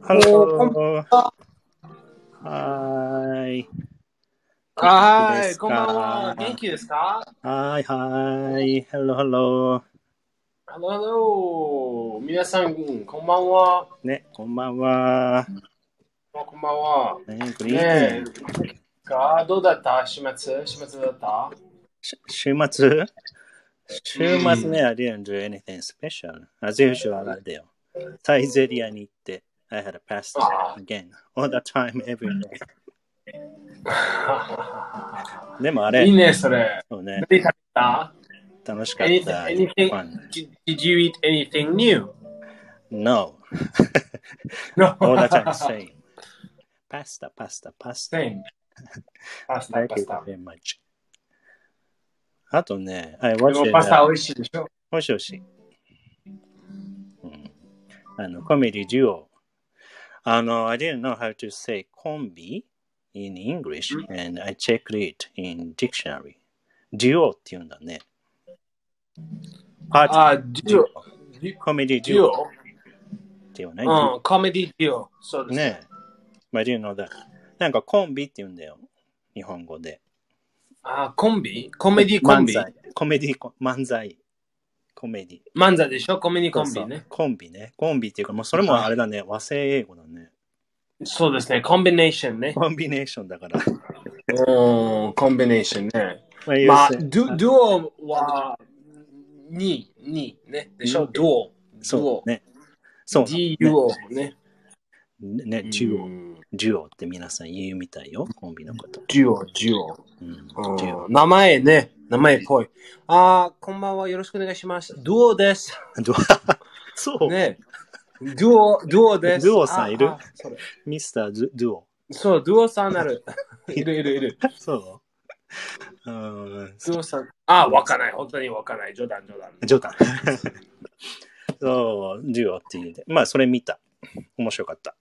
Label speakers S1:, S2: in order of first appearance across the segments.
S1: ハロー。はーい。
S2: は
S1: 元気で
S2: ーい、
S1: すか
S2: こんばんは。元気ですか
S1: はーい、はーい。ハロー、ハロ
S2: ?Hello, hello. 皆さん、こんばんは。
S1: ー。ね、こんばんは。
S2: こんばんは。
S1: ね、グリー
S2: ね
S1: ン。
S2: え、かどうだった週末週末だった
S1: し週末週末ね、I didn't do anything special. As usual, あれだよ。サイゼリアに行って、I had a pasta
S2: あ
S1: again. All the time, every day. でもあれ、
S2: いいね、それ。
S1: そうね、
S2: 何食べた
S1: 楽しかった
S2: anything, anything, did, did you eat anything new?
S1: No.
S2: No.
S1: All the time, same. Pasta, pasta, pasta.
S2: Same. パスタ、
S1: Thank
S2: パ
S1: you
S2: スタ。
S1: very much. あとね、I
S2: で
S1: watched
S2: も
S1: it.
S2: パスタ美味しいでしょ
S1: もしもし。うん、あの、コメディデュオ。あの、I didn't know how to say コンビ in English,
S2: う
S1: and I checked it in dictionary. デュオって言うんだね。パーテ
S2: あ、デュオ。デ
S1: ィー、コメディデ
S2: ュ
S1: ュオって言
S2: オ
S1: わない、
S2: うん、コメディデュオ。そうです。
S1: ねえ。まあ、I didn't know that. なんかコンビって言うんだよ。日本語で。
S2: あ、コンビコメディコン
S1: 漫
S2: ビ
S1: 才コメディコ、漫才。コメディ。
S2: 漫才でしょコメディコンビ
S1: そうそう
S2: ね。
S1: コンビね。コンビっていうか、もうそれもあれだね。和製英語だね。
S2: そうですね、コンビネーションね。
S1: コンビネーションだから。
S2: うん、コンビネーションね。
S1: まあ、
S2: まあ、
S1: 要するに
S2: ドゥドゥオは2、2ね。でしょ
S1: うん
S2: ドゥオ。
S1: そう
S2: ね。
S1: ね。そう。
S2: DUO ね。
S1: ね、
S2: デ
S1: ジュオ。
S2: オ。
S1: ジュオって皆さん言うみたいよ、コンビのこと。
S2: デュオ、デュオ。
S1: うん、ジュ
S2: う
S1: オ。
S2: ん名前ね、名前っぽい。あー、こんばんは、よろしくお願いします。ドゥオです。
S1: ド そう、
S2: ね。ドゥオ、ドゥオです。
S1: ドゥオさんいる
S2: ああそれ
S1: ミスターズ・ドゥオ。
S2: そう、ドゥオさんな る。いるいるいる。
S1: そう。うん、
S2: ドゥオさん。あー、わかんない。本当にわかんない。冗談、冗談。
S1: 冗 談。そう、ジュオっていうで。まあ、それ見た。面白かった。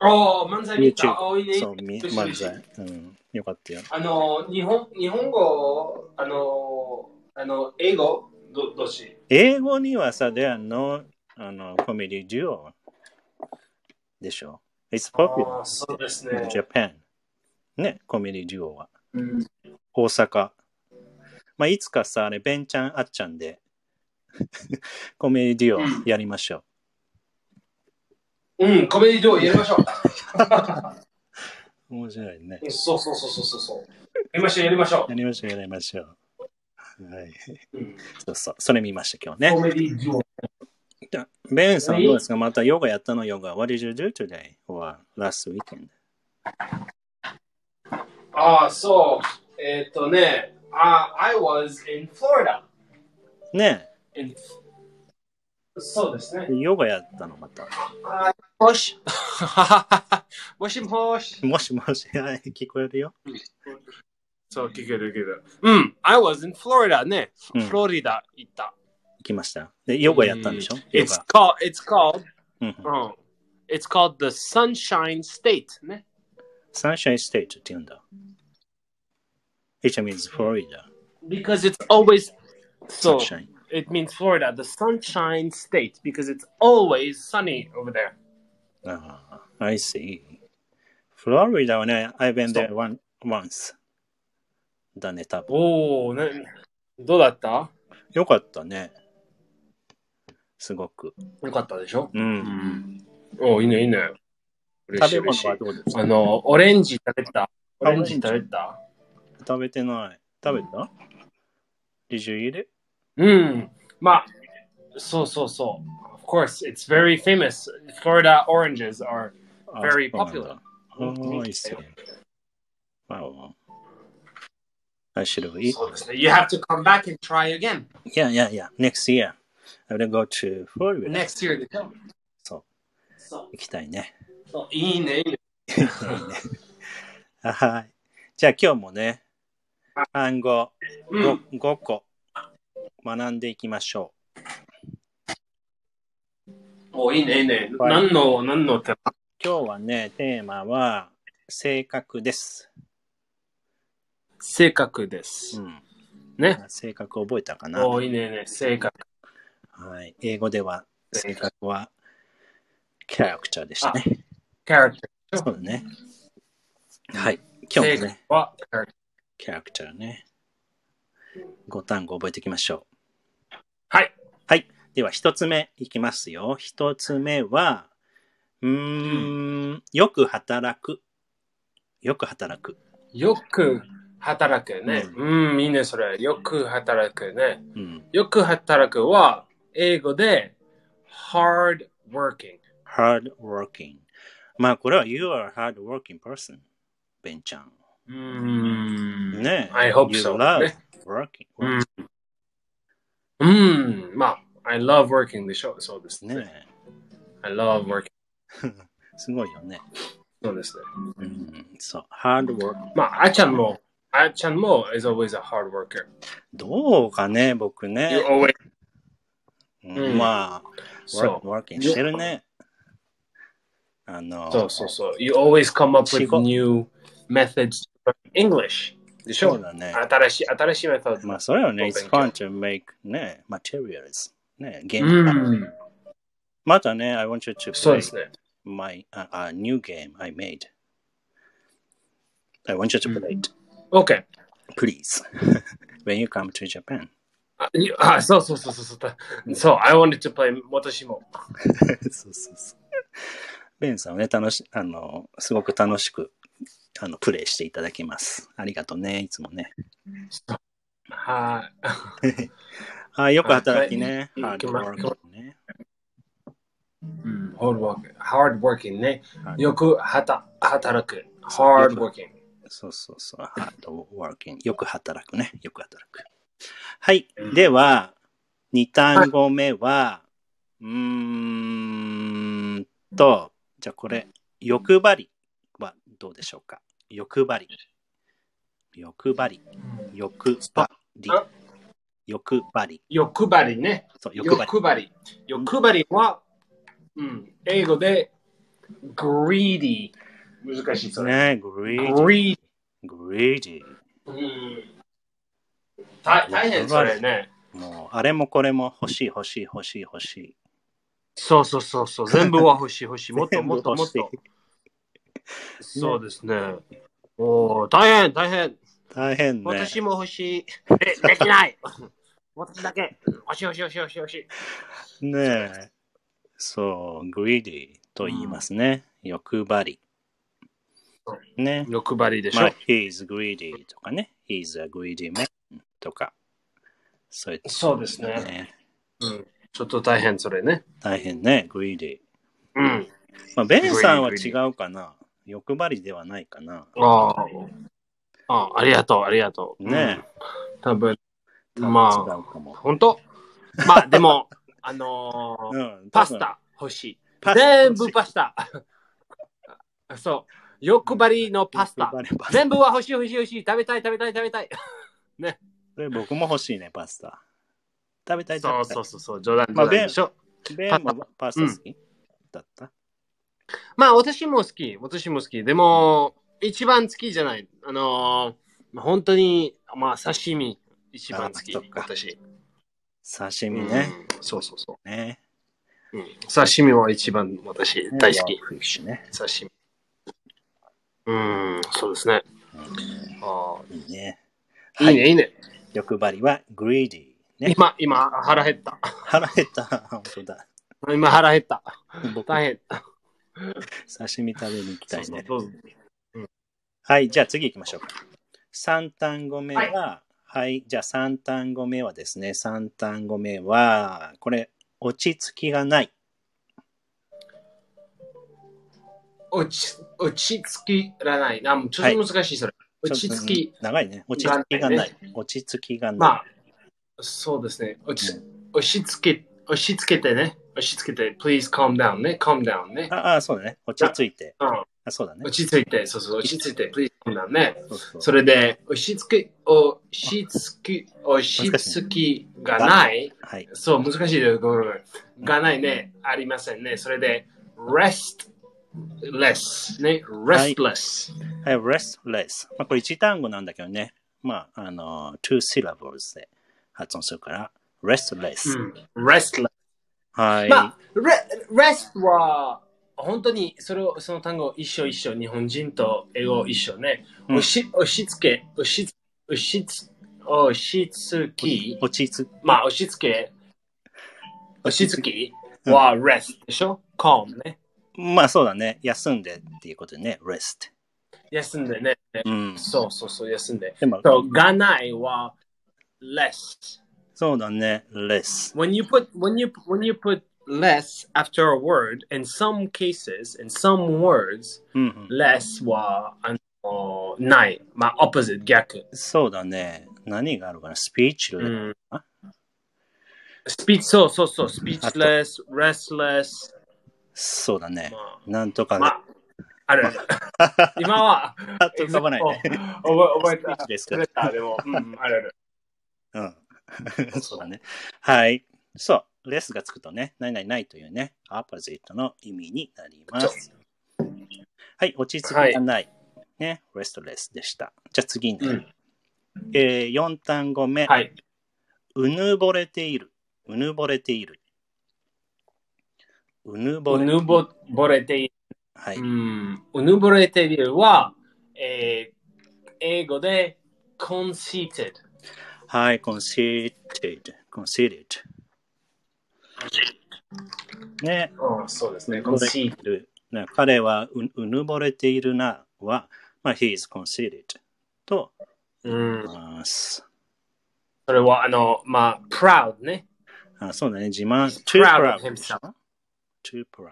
S2: ああ、漫才見
S1: YouTube
S2: た。ああ、いいね。。
S1: そう、み漫才。うん。よかったよ。
S2: あの、日本、日本語、あの、あの、英語、ど、どっち
S1: 英語にはさ、ではの、あの、コメディ・ジュオでしょ。It's
S2: あ
S1: popular.
S2: あ、そうですね。
S1: Japan。ね、コメディ・ジュオは。
S2: うん、
S1: 大阪。まあ、いつかさ、あれ、ベンちゃん、あっちゃんで、 コメディをやりましょう。
S2: うん、 コメディ上やりましょ
S1: 面白いね。
S2: う。そうそうそうそうそうそう。やりましょう、やりましょ
S1: やりましょう、やりましょう。はい。
S2: う。うん
S1: そうそう。それ見ました、今日ね。
S2: コメディ上。
S1: ベンさん、どうですかまたヨガやったのヨガ。What did you do today? or last weekend?
S2: ああ、そう。えーっとね、あ、I was in Florida.
S1: ね
S2: In... そうですね
S1: え。ヨガやったの、また。
S2: あもし。 もしもし。
S1: もしもし、はい、聞こえるよ。
S2: そう、聞ける聞ける。うん、I was in Florida ね。
S1: うん
S2: フロリダ行った。
S1: 行きました。で、ヨガやったんでしょヨ
S2: It's
S1: ガ。
S2: called, it's called,
S1: うんうん
S2: うん it's called the Sunshine State ね。
S1: サンシャインステートって言うんだ。It means Florida.
S2: Because it's always, so
S1: Sunshine.
S2: it means Florida, the Sunshine State, because it's always sunny over there.
S1: ああ、I see. フロリダはね、I've been
S2: そう
S1: there one, once. だね、多分。
S2: おお、ね、どうだった
S1: よかったね。すごく。
S2: よかったでしょ
S1: う。
S2: うんん。おお、いいね、いいね。嬉
S1: 食
S2: しい
S1: べ
S2: 嬉
S1: 物
S2: しい
S1: はどうですか
S2: あの、オレンジ食べた。オレンジ食べた
S1: 食べてない。食べた ?Did you eat it?
S2: うん。まあ、そうそうそう。Of course, it's very famous. Florida oranges are
S1: あ
S2: Very
S1: そうなん
S2: popular.
S1: だああ、いいっすよ。Wow. I should have eaten.
S2: そうですね。You have to come back and try again
S1: Yeah, yeah, yeah. Next year. I will go to Florida.
S2: next year. でしょ
S1: そ、
S2: そう
S1: 行きたいね。
S2: うそう。いいね、いいね。
S1: はい。じゃあ今日もね、単語
S2: う
S1: 5,
S2: ん。
S1: 個学んでいきましょ
S2: おいいね、いいね。
S1: はい
S2: 何の、何のテーマ
S1: う。今日はね、テーマは性格です。
S2: 性格です
S1: う。ん、
S2: ね。
S1: 性格覚えたかな、
S2: おいいね、いいね。性格。
S1: はい、英語では性格はキャラクターでしたね。
S2: キャラクあ
S1: そうだね。はい。
S2: タ
S1: 今日も
S2: ー
S1: ね、
S2: はキャラク
S1: キャラクターね。5単語覚えていきましょう。
S2: ター。はい。
S1: はい。では、一つ目いきますよ。一つ目は、うーん、よく働く。よく働く。
S2: よく働くね。うん、いいね、それ。よく働くね。
S1: うん。
S2: よく働くは、英語で、hard working。
S1: hard working。まあ、これは you are a hard working person, ベンちゃん。
S2: うん。
S1: ねえ
S2: I hope
S1: you
S2: so.
S1: love
S2: ね
S1: working.
S2: うんうん。まあ、I love working でしょ。そうですね。
S1: ね
S2: I love working.
S1: えすごいよね。
S2: そうですね。
S1: うん、そう、hard work。
S2: まあ、あっちゃんも、あっちゃんも is always a hard worker.
S1: どうかね、僕
S2: You
S1: ね。
S2: always
S1: うん
S2: うん
S1: まあ、
S2: そう
S1: work, working してるね。あの、
S2: そうそうそう。You always come up
S1: 仕
S2: with
S1: 事
S2: new methods for English. でし
S1: そ
S2: ょ
S1: うだね。
S2: 新しい、新しいメソッド。
S1: まあ、それはね、
S2: お勉
S1: it's
S2: 強
S1: fun to make ね、materials。ね、ゲー
S2: う
S1: ム。
S2: ん。
S1: またね、I want you to
S2: そうで
S1: play
S2: すね。
S1: my a, a new game I made. I want you to play it,
S2: OK。
S1: please. When you come to Japan.
S2: あいあ、そうそうそうそうそう。そう、I wanted to play 私も。
S1: そうそうそう。ベンさんはね、楽し、あの、すごく楽しく、あの、プレイしていただきます。ありがとうね、いつもね。
S2: は
S1: あよく働きね。
S2: は
S1: ハー
S2: い
S1: ドワークね。
S2: い。うん、hard work。hard working ね。
S1: Hard-
S2: よくはた働く。hard working。
S1: そうそうそう。ハードワーキング。よく働くね。よく働く。はい。では、二単語目は、うーんと、じゃあこれ、欲張りはどうでしょうか欲張り。欲張り。欲張り。欲張り。
S2: 欲張りね。
S1: そう、欲張り。
S2: 欲張り。欲張りは、うん、英語で greedy。難しいそれ。
S1: ね、グリーディ
S2: greedy。
S1: ー。グリーディー。
S2: うん大大変それね。
S1: もう、あれもこれも欲しい欲しい欲しい欲しい。
S2: そうそうそう そう。全部は欲しい欲しい。もっと
S1: 全部
S2: もっともっと
S1: 欲し。
S2: そうですね。おお、大変大変。
S1: い大変ね。
S2: 私も欲しい。ででき ない。私だけ。欲しい欲しい欲しい欲しい欲しい。
S1: ねえ。そう、グリーディーと言いますね。欲張り。ね。
S2: 欲張りでし
S1: ま
S2: ょ
S1: あ、。he's greedy とかね。he's a greedy man とか。そういっ
S2: そうです
S1: た
S2: ね。
S1: ね。
S2: うんちょっと大変それね。
S1: 大変ね、グリーディー。
S2: うん。
S1: まあ、ベンさんは違うかな。欲張りではないかな。
S2: ああ。ああ、ありがとう、ありがとう。
S1: ね
S2: え。多分、
S1: え。多分
S2: まあ、
S1: 違うかも。
S2: 本当まあ、でも、あのー
S1: うん
S2: パス。タ欲しい。
S1: 多分パスタ
S2: 全部パスタ。 そう。欲張りのパスタ
S1: 欲。張りパスタ
S2: 全部は欲しい欲しい欲しい。食べたい食べたい食べたい。
S1: それ僕も欲しいね、パスタ。食べたい食べ
S2: そ
S1: た
S2: う
S1: い。
S2: そうそうそう、冗談
S1: まあ
S2: 冗談でしょ。
S1: ベンもパスタ好き、だった
S2: まあ、私も好き。私も好き。でも、一番好きじゃない。あのーまあ本当に、まあ、刺身、一番好き。
S1: あそっか
S2: 私。
S1: 刺身ね。
S2: うんそうそうそう。
S1: ね。
S2: うん刺身は一番私大好き。
S1: フィッシュね。
S2: 刺身。うん、そうですね。あ
S1: いいね。
S2: あ
S1: はい
S2: いね、いいね。
S1: 欲張りは greedy。ね。
S2: 今、今、腹減った。
S1: 腹減った。本当だ。
S2: 今、腹減った。
S1: 僕、
S2: 大変。
S1: 刺身食べに行きた
S2: そう
S1: い
S2: そう
S1: ね。
S2: どうぞ
S1: はい、じゃあ次行きましょうか。3単語目は、はい、じゃあ3単語目はですね、3単語目は、これ、落ち着きがない。
S2: 落ち、落ち着きらない。あ、もうちょっと難しい、それ。落ち着き。。
S1: 長いね。落ち着きが
S2: が
S1: な
S2: ないい。
S1: 落ち着きがない。
S2: まあ、そうですね。落ち、押し付け、押し付けてね。押し付けて、please calm down ね。calm down ね。
S1: ああ、そうだね。落ち着いて。
S2: うん
S1: あそうだね。
S2: 落ち着いて、そうそう、落ち着いて、please calm down ね。
S1: そうそう
S2: それで、押し付け、押し付け、押し付きがない。
S1: はい。
S2: そう、難しいです。ごめんごめん。がないね。ありませんね。それで、rest less ね。restless。
S1: はい、restless。まあ、これ一単語なんだけどね。まあ、あの、two syllables で発音するから、restless。
S2: うん。restless。
S1: はい。
S2: まあ、re- rest は、本当にそれを、その単語を一緒一緒、日本人と英語一緒ね。
S1: うん
S2: 押し、押し付け、押し、押しつ、押し付き、
S1: 落ち着
S2: まあ押し付け、押し付きは rest でしょ ?calm ね。
S1: まあそうだね。休んでっていうことでね。rest。
S2: 休んでね。
S1: うん。
S2: そうそうそう、休んで。
S1: でも、
S2: そう、がないは less。
S1: そうだね。less。
S2: When you put when you when you put less after a word, in some cases, in some words,
S1: うんうん。
S2: less はあのない。まあ、opposite 逆。
S1: そうだね。何があるかなスピーチ
S2: う
S1: ル、
S2: ん
S1: あ。
S2: スピーチ、そうそうそう、speechless, restless、
S1: そうだね
S2: ま。あ、
S1: なんとか、
S2: ま あ、あるある。今は、
S1: あと浮かばないね。
S2: お覚え覚え
S1: スピーチです
S2: た。
S1: か
S2: 覚えた、でも、うん、あるある。
S1: うん。 そうだね。はい。そう。レスがつくとね、ないないないというね、アポジットの意味になります。はい。落ち着きがない。ね。レストレスでした。じゃあ次ね。
S2: うん
S1: えー、4単語目。
S2: はい。
S1: うぬぼれている。うぬぼれている。うぬぼ
S2: う
S1: れ。
S2: ぬぼぼれている。。
S1: はいう
S2: ん、うぬぼれているは、えー、英語で e, conceited。
S1: はい。conceited。conceited。ね。
S2: うん、そうですね。
S1: conceited。ね彼はううぬぼれているなは、まあ、he is conceited と
S2: う
S1: 言
S2: ん
S1: い、ます。
S2: それは、あの、まあ、proud ね。
S1: あそうだね。自慢。too
S2: proud of
S1: proud.
S2: himself。
S1: too proud.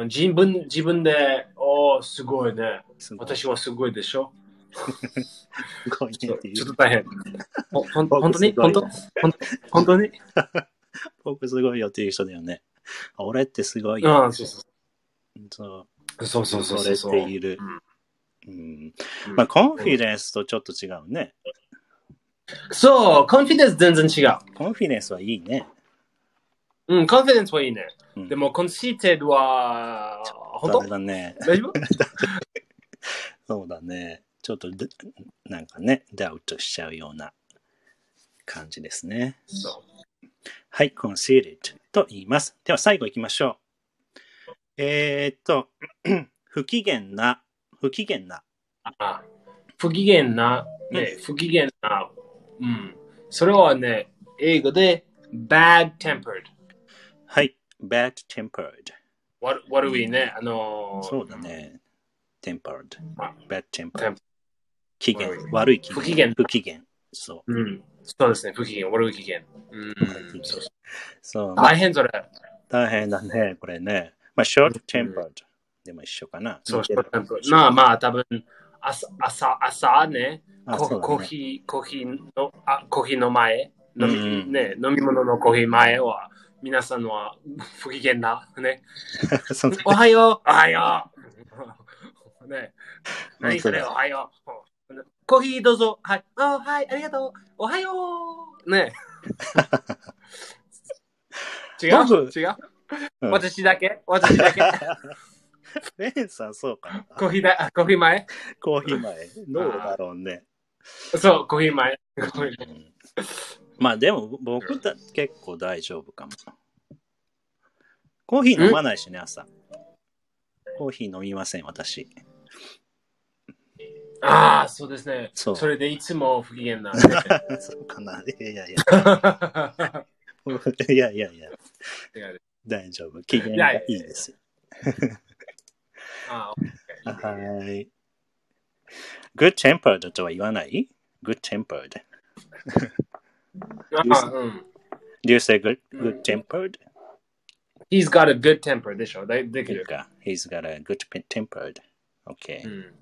S2: うん、自分、自分で、おー、すごいね。
S1: すごい
S2: 私はすごいでしょ。
S1: すごい
S2: ち
S1: ね
S2: ょ
S1: ってい
S2: っ
S1: う
S2: と。大変。ほほん本当に
S1: 僕すごいよ
S2: 本当本当本当に
S1: 僕すごいよっていう人だよね。俺ってすごいよ。
S2: うん、そうそ。
S1: そう
S2: そうそう
S1: う。
S2: そ
S1: そ
S2: うそ
S1: れ
S2: う。
S1: っている。うんまあ、
S2: うん
S1: コンフィデンスとちょっと違うね。
S2: そう、コンフィデンス全然違う。
S1: コンフィデンスはいいね。
S2: うん、コンフィデンスはいいね。
S1: うん
S2: でも、コンシーテッドは、本
S1: ダメ
S2: 当
S1: だね。
S2: 大丈夫
S1: そうだね。ちょっとで、なんかね、ダウトしちゃうような感じですね。
S2: そ
S1: はい、conceited と言います。では最後行きましょう。えー、っと、 不機嫌な、不機嫌な。
S2: う。あ不機嫌な、ね、不機嫌な、うん。それはね、英語で、bad tempered。
S1: はい、bad tempered。
S2: 悪悪いね、あのー
S1: そうだ。ね。tempered
S2: まあ。
S1: bad tempered
S2: temp-。
S1: 機嫌
S2: 悪い。
S1: 悪い機
S2: 不機嫌
S1: 不機嫌。そう。
S2: うん。そうですね、不機嫌、悪い機嫌。うん
S1: 悪い機。嫌
S2: そうそう
S1: そう。まあ
S2: 大変それ。
S1: 大変だね、これね。まあ、short tempered でも一緒かな。
S2: そう、
S1: 似て
S2: そう
S1: る
S2: まあまあ、多分朝、朝、朝ね、
S1: あそ
S2: コ
S1: うだね
S2: コーヒー、コーヒーの、あコーヒーの前、飲み、
S1: うんうん
S2: ね、飲み物のコーヒー前は、皆さんは不機嫌な、ね、
S1: そうだね
S2: おはよう、おはよう、 ね、何それ、お
S1: 本
S2: はよう、コーヒーどうぞ、はい、あ、はい、ありがとう、おはよ う、ね、違う
S1: 僕
S2: 違う、
S1: うん
S2: 私だけ私 だけ
S1: レンさん、そう かな。
S2: コーヒーだ、あコーヒー前
S1: コーヒー前。どうだろうね。
S2: そう、コーヒー前。コーヒー
S1: うんまあでも僕だ結構大丈夫かも。コーヒー飲まないしね、朝。コーヒー飲みません、私。
S2: ああ、そうですね。
S1: そう
S2: れでいつも不機 嫌な。
S1: そうかな。いやいやいや。 いやいやいや、大丈夫。機嫌がいいですよ。
S2: あ
S1: はい。Good tempered とは言わない ?Good tempered.
S2: あ、うん。
S1: Do you say good,
S2: うん
S1: good tempered?
S2: He's got a good temper でしょ。でできる。
S1: He's got a good tempered. Okay.
S2: うん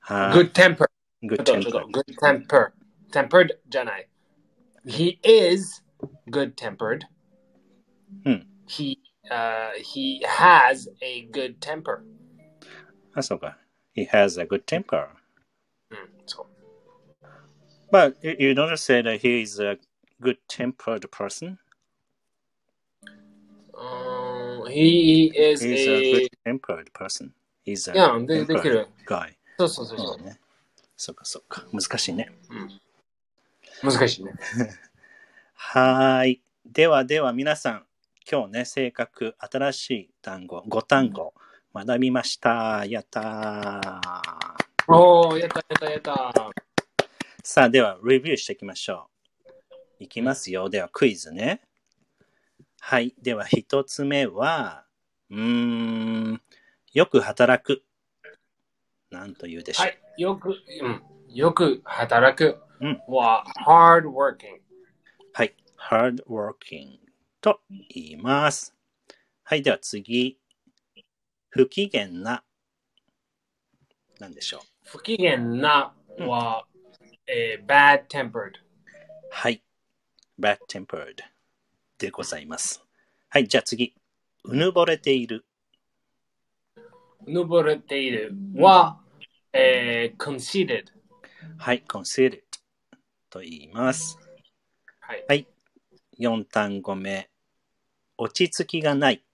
S1: はい
S2: good temper。
S1: Good
S2: ちょっとちょっ
S1: tempered.
S2: と good temper。tempered じゃない。He is good tempered.
S1: うん。
S2: He, uh, he has a good temper.
S1: あ、そうか。He has a good temper.
S2: うん、そう。
S1: But you- you don't say that he is a good tempered person.
S2: Um, he is
S1: He's a
S2: a...
S1: good tempered person. He's a
S2: いや、ででき
S1: tempered
S2: る。
S1: guy.
S2: そうそうそうそ
S1: そうね。そっかそっか。難しいね。
S2: う。難しいね。
S1: はーい。ではでは皆さん、今日ね、性格、新しい単語、5単語、学びました。やったー。
S2: おー、やったやったやった。
S1: さあ、では、レビューしていきましょう。いきますよ。では、クイズね。はい。では、一つ目は、うーん、よく働く。なんと言うでしょう。
S2: はい、よく、うん、よく働く
S1: うん
S2: は、hard working。
S1: はい。hard working と言います。はい。では次。不機嫌な。なんでしょ
S2: 不機嫌な
S1: Hmm.
S2: は、えー bad tempered。
S1: う。はい。bad tempered でございます。はい。じゃあ次。うぬぼれている。
S2: 登れているは、えー conceited。
S1: はい。considered と言います。
S2: はい。
S1: 4単語目。落ち着きがない。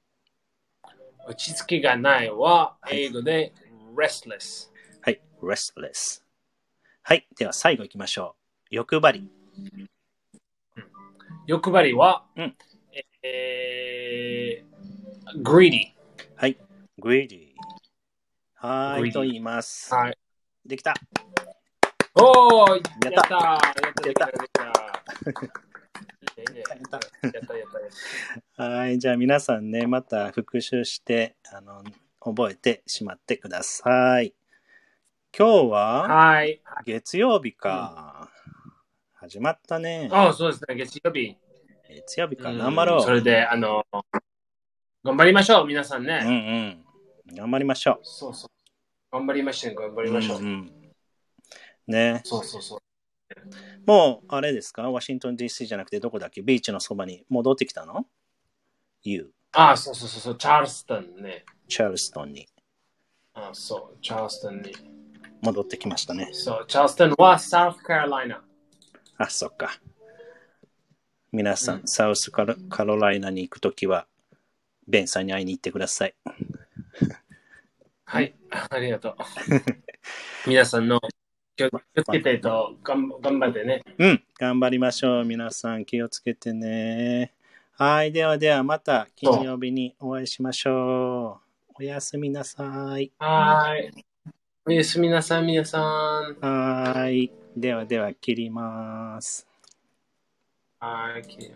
S2: 落ち着きがないは、
S1: はい
S2: 英語で restless。
S1: はい。restless。はい。では最後行きましょう。欲張り。
S2: 欲張りは、
S1: うん
S2: えー greedy。
S1: はい。greedy。はーい。
S2: greedy
S1: と言います。
S2: はい。
S1: できた。
S2: おー、
S1: や
S2: や
S1: っ
S2: ったたやったやったやったいいねいいね
S1: やった
S2: やったやったやっ
S1: はい。じゃあ皆さんね、また復習して、あの、覚えてしまってください。今日
S2: た。
S1: は
S2: はい。
S1: 月曜日か。始まったね。
S2: ああ、そうですね、月曜日。
S1: 月曜日か。頑張ろ
S2: ん
S1: う。
S2: それで、あの、頑張りましょう、皆さん
S1: うんう
S2: ね。
S1: ん。頑張りましょ
S2: そうそう。頑張りましょう、頑張
S1: う。
S2: りましょう。
S1: んんね。
S2: そうそうそう。
S1: もう、あれですかワシントン DC じゃなくてどこだっけビーチのそばに戻ってきたの ?You、
S2: ああ、そうそうそうそう、チャールストンね。
S1: チャールストンに
S2: ああ、そう、チャールストンに。
S1: 戻ってきましたね。
S2: そう、チャールストンはサウスカロライナ。
S1: あ、そっか。皆さん、
S2: うん
S1: サウスカロカロライナに行くときは、ベンさんに会いに行ってください。
S2: はい、ありがとう。皆さんの気を気をつけてと、頑張頑張ってね。
S1: うん、頑張りましょう。皆さん、気をつけてね。はい、ではでは、また金曜日にお会いしましょう。おやすみなさい。
S2: はーい。おやすみなさい、皆さん。
S1: はい。ではでは、切ります。
S2: はーい。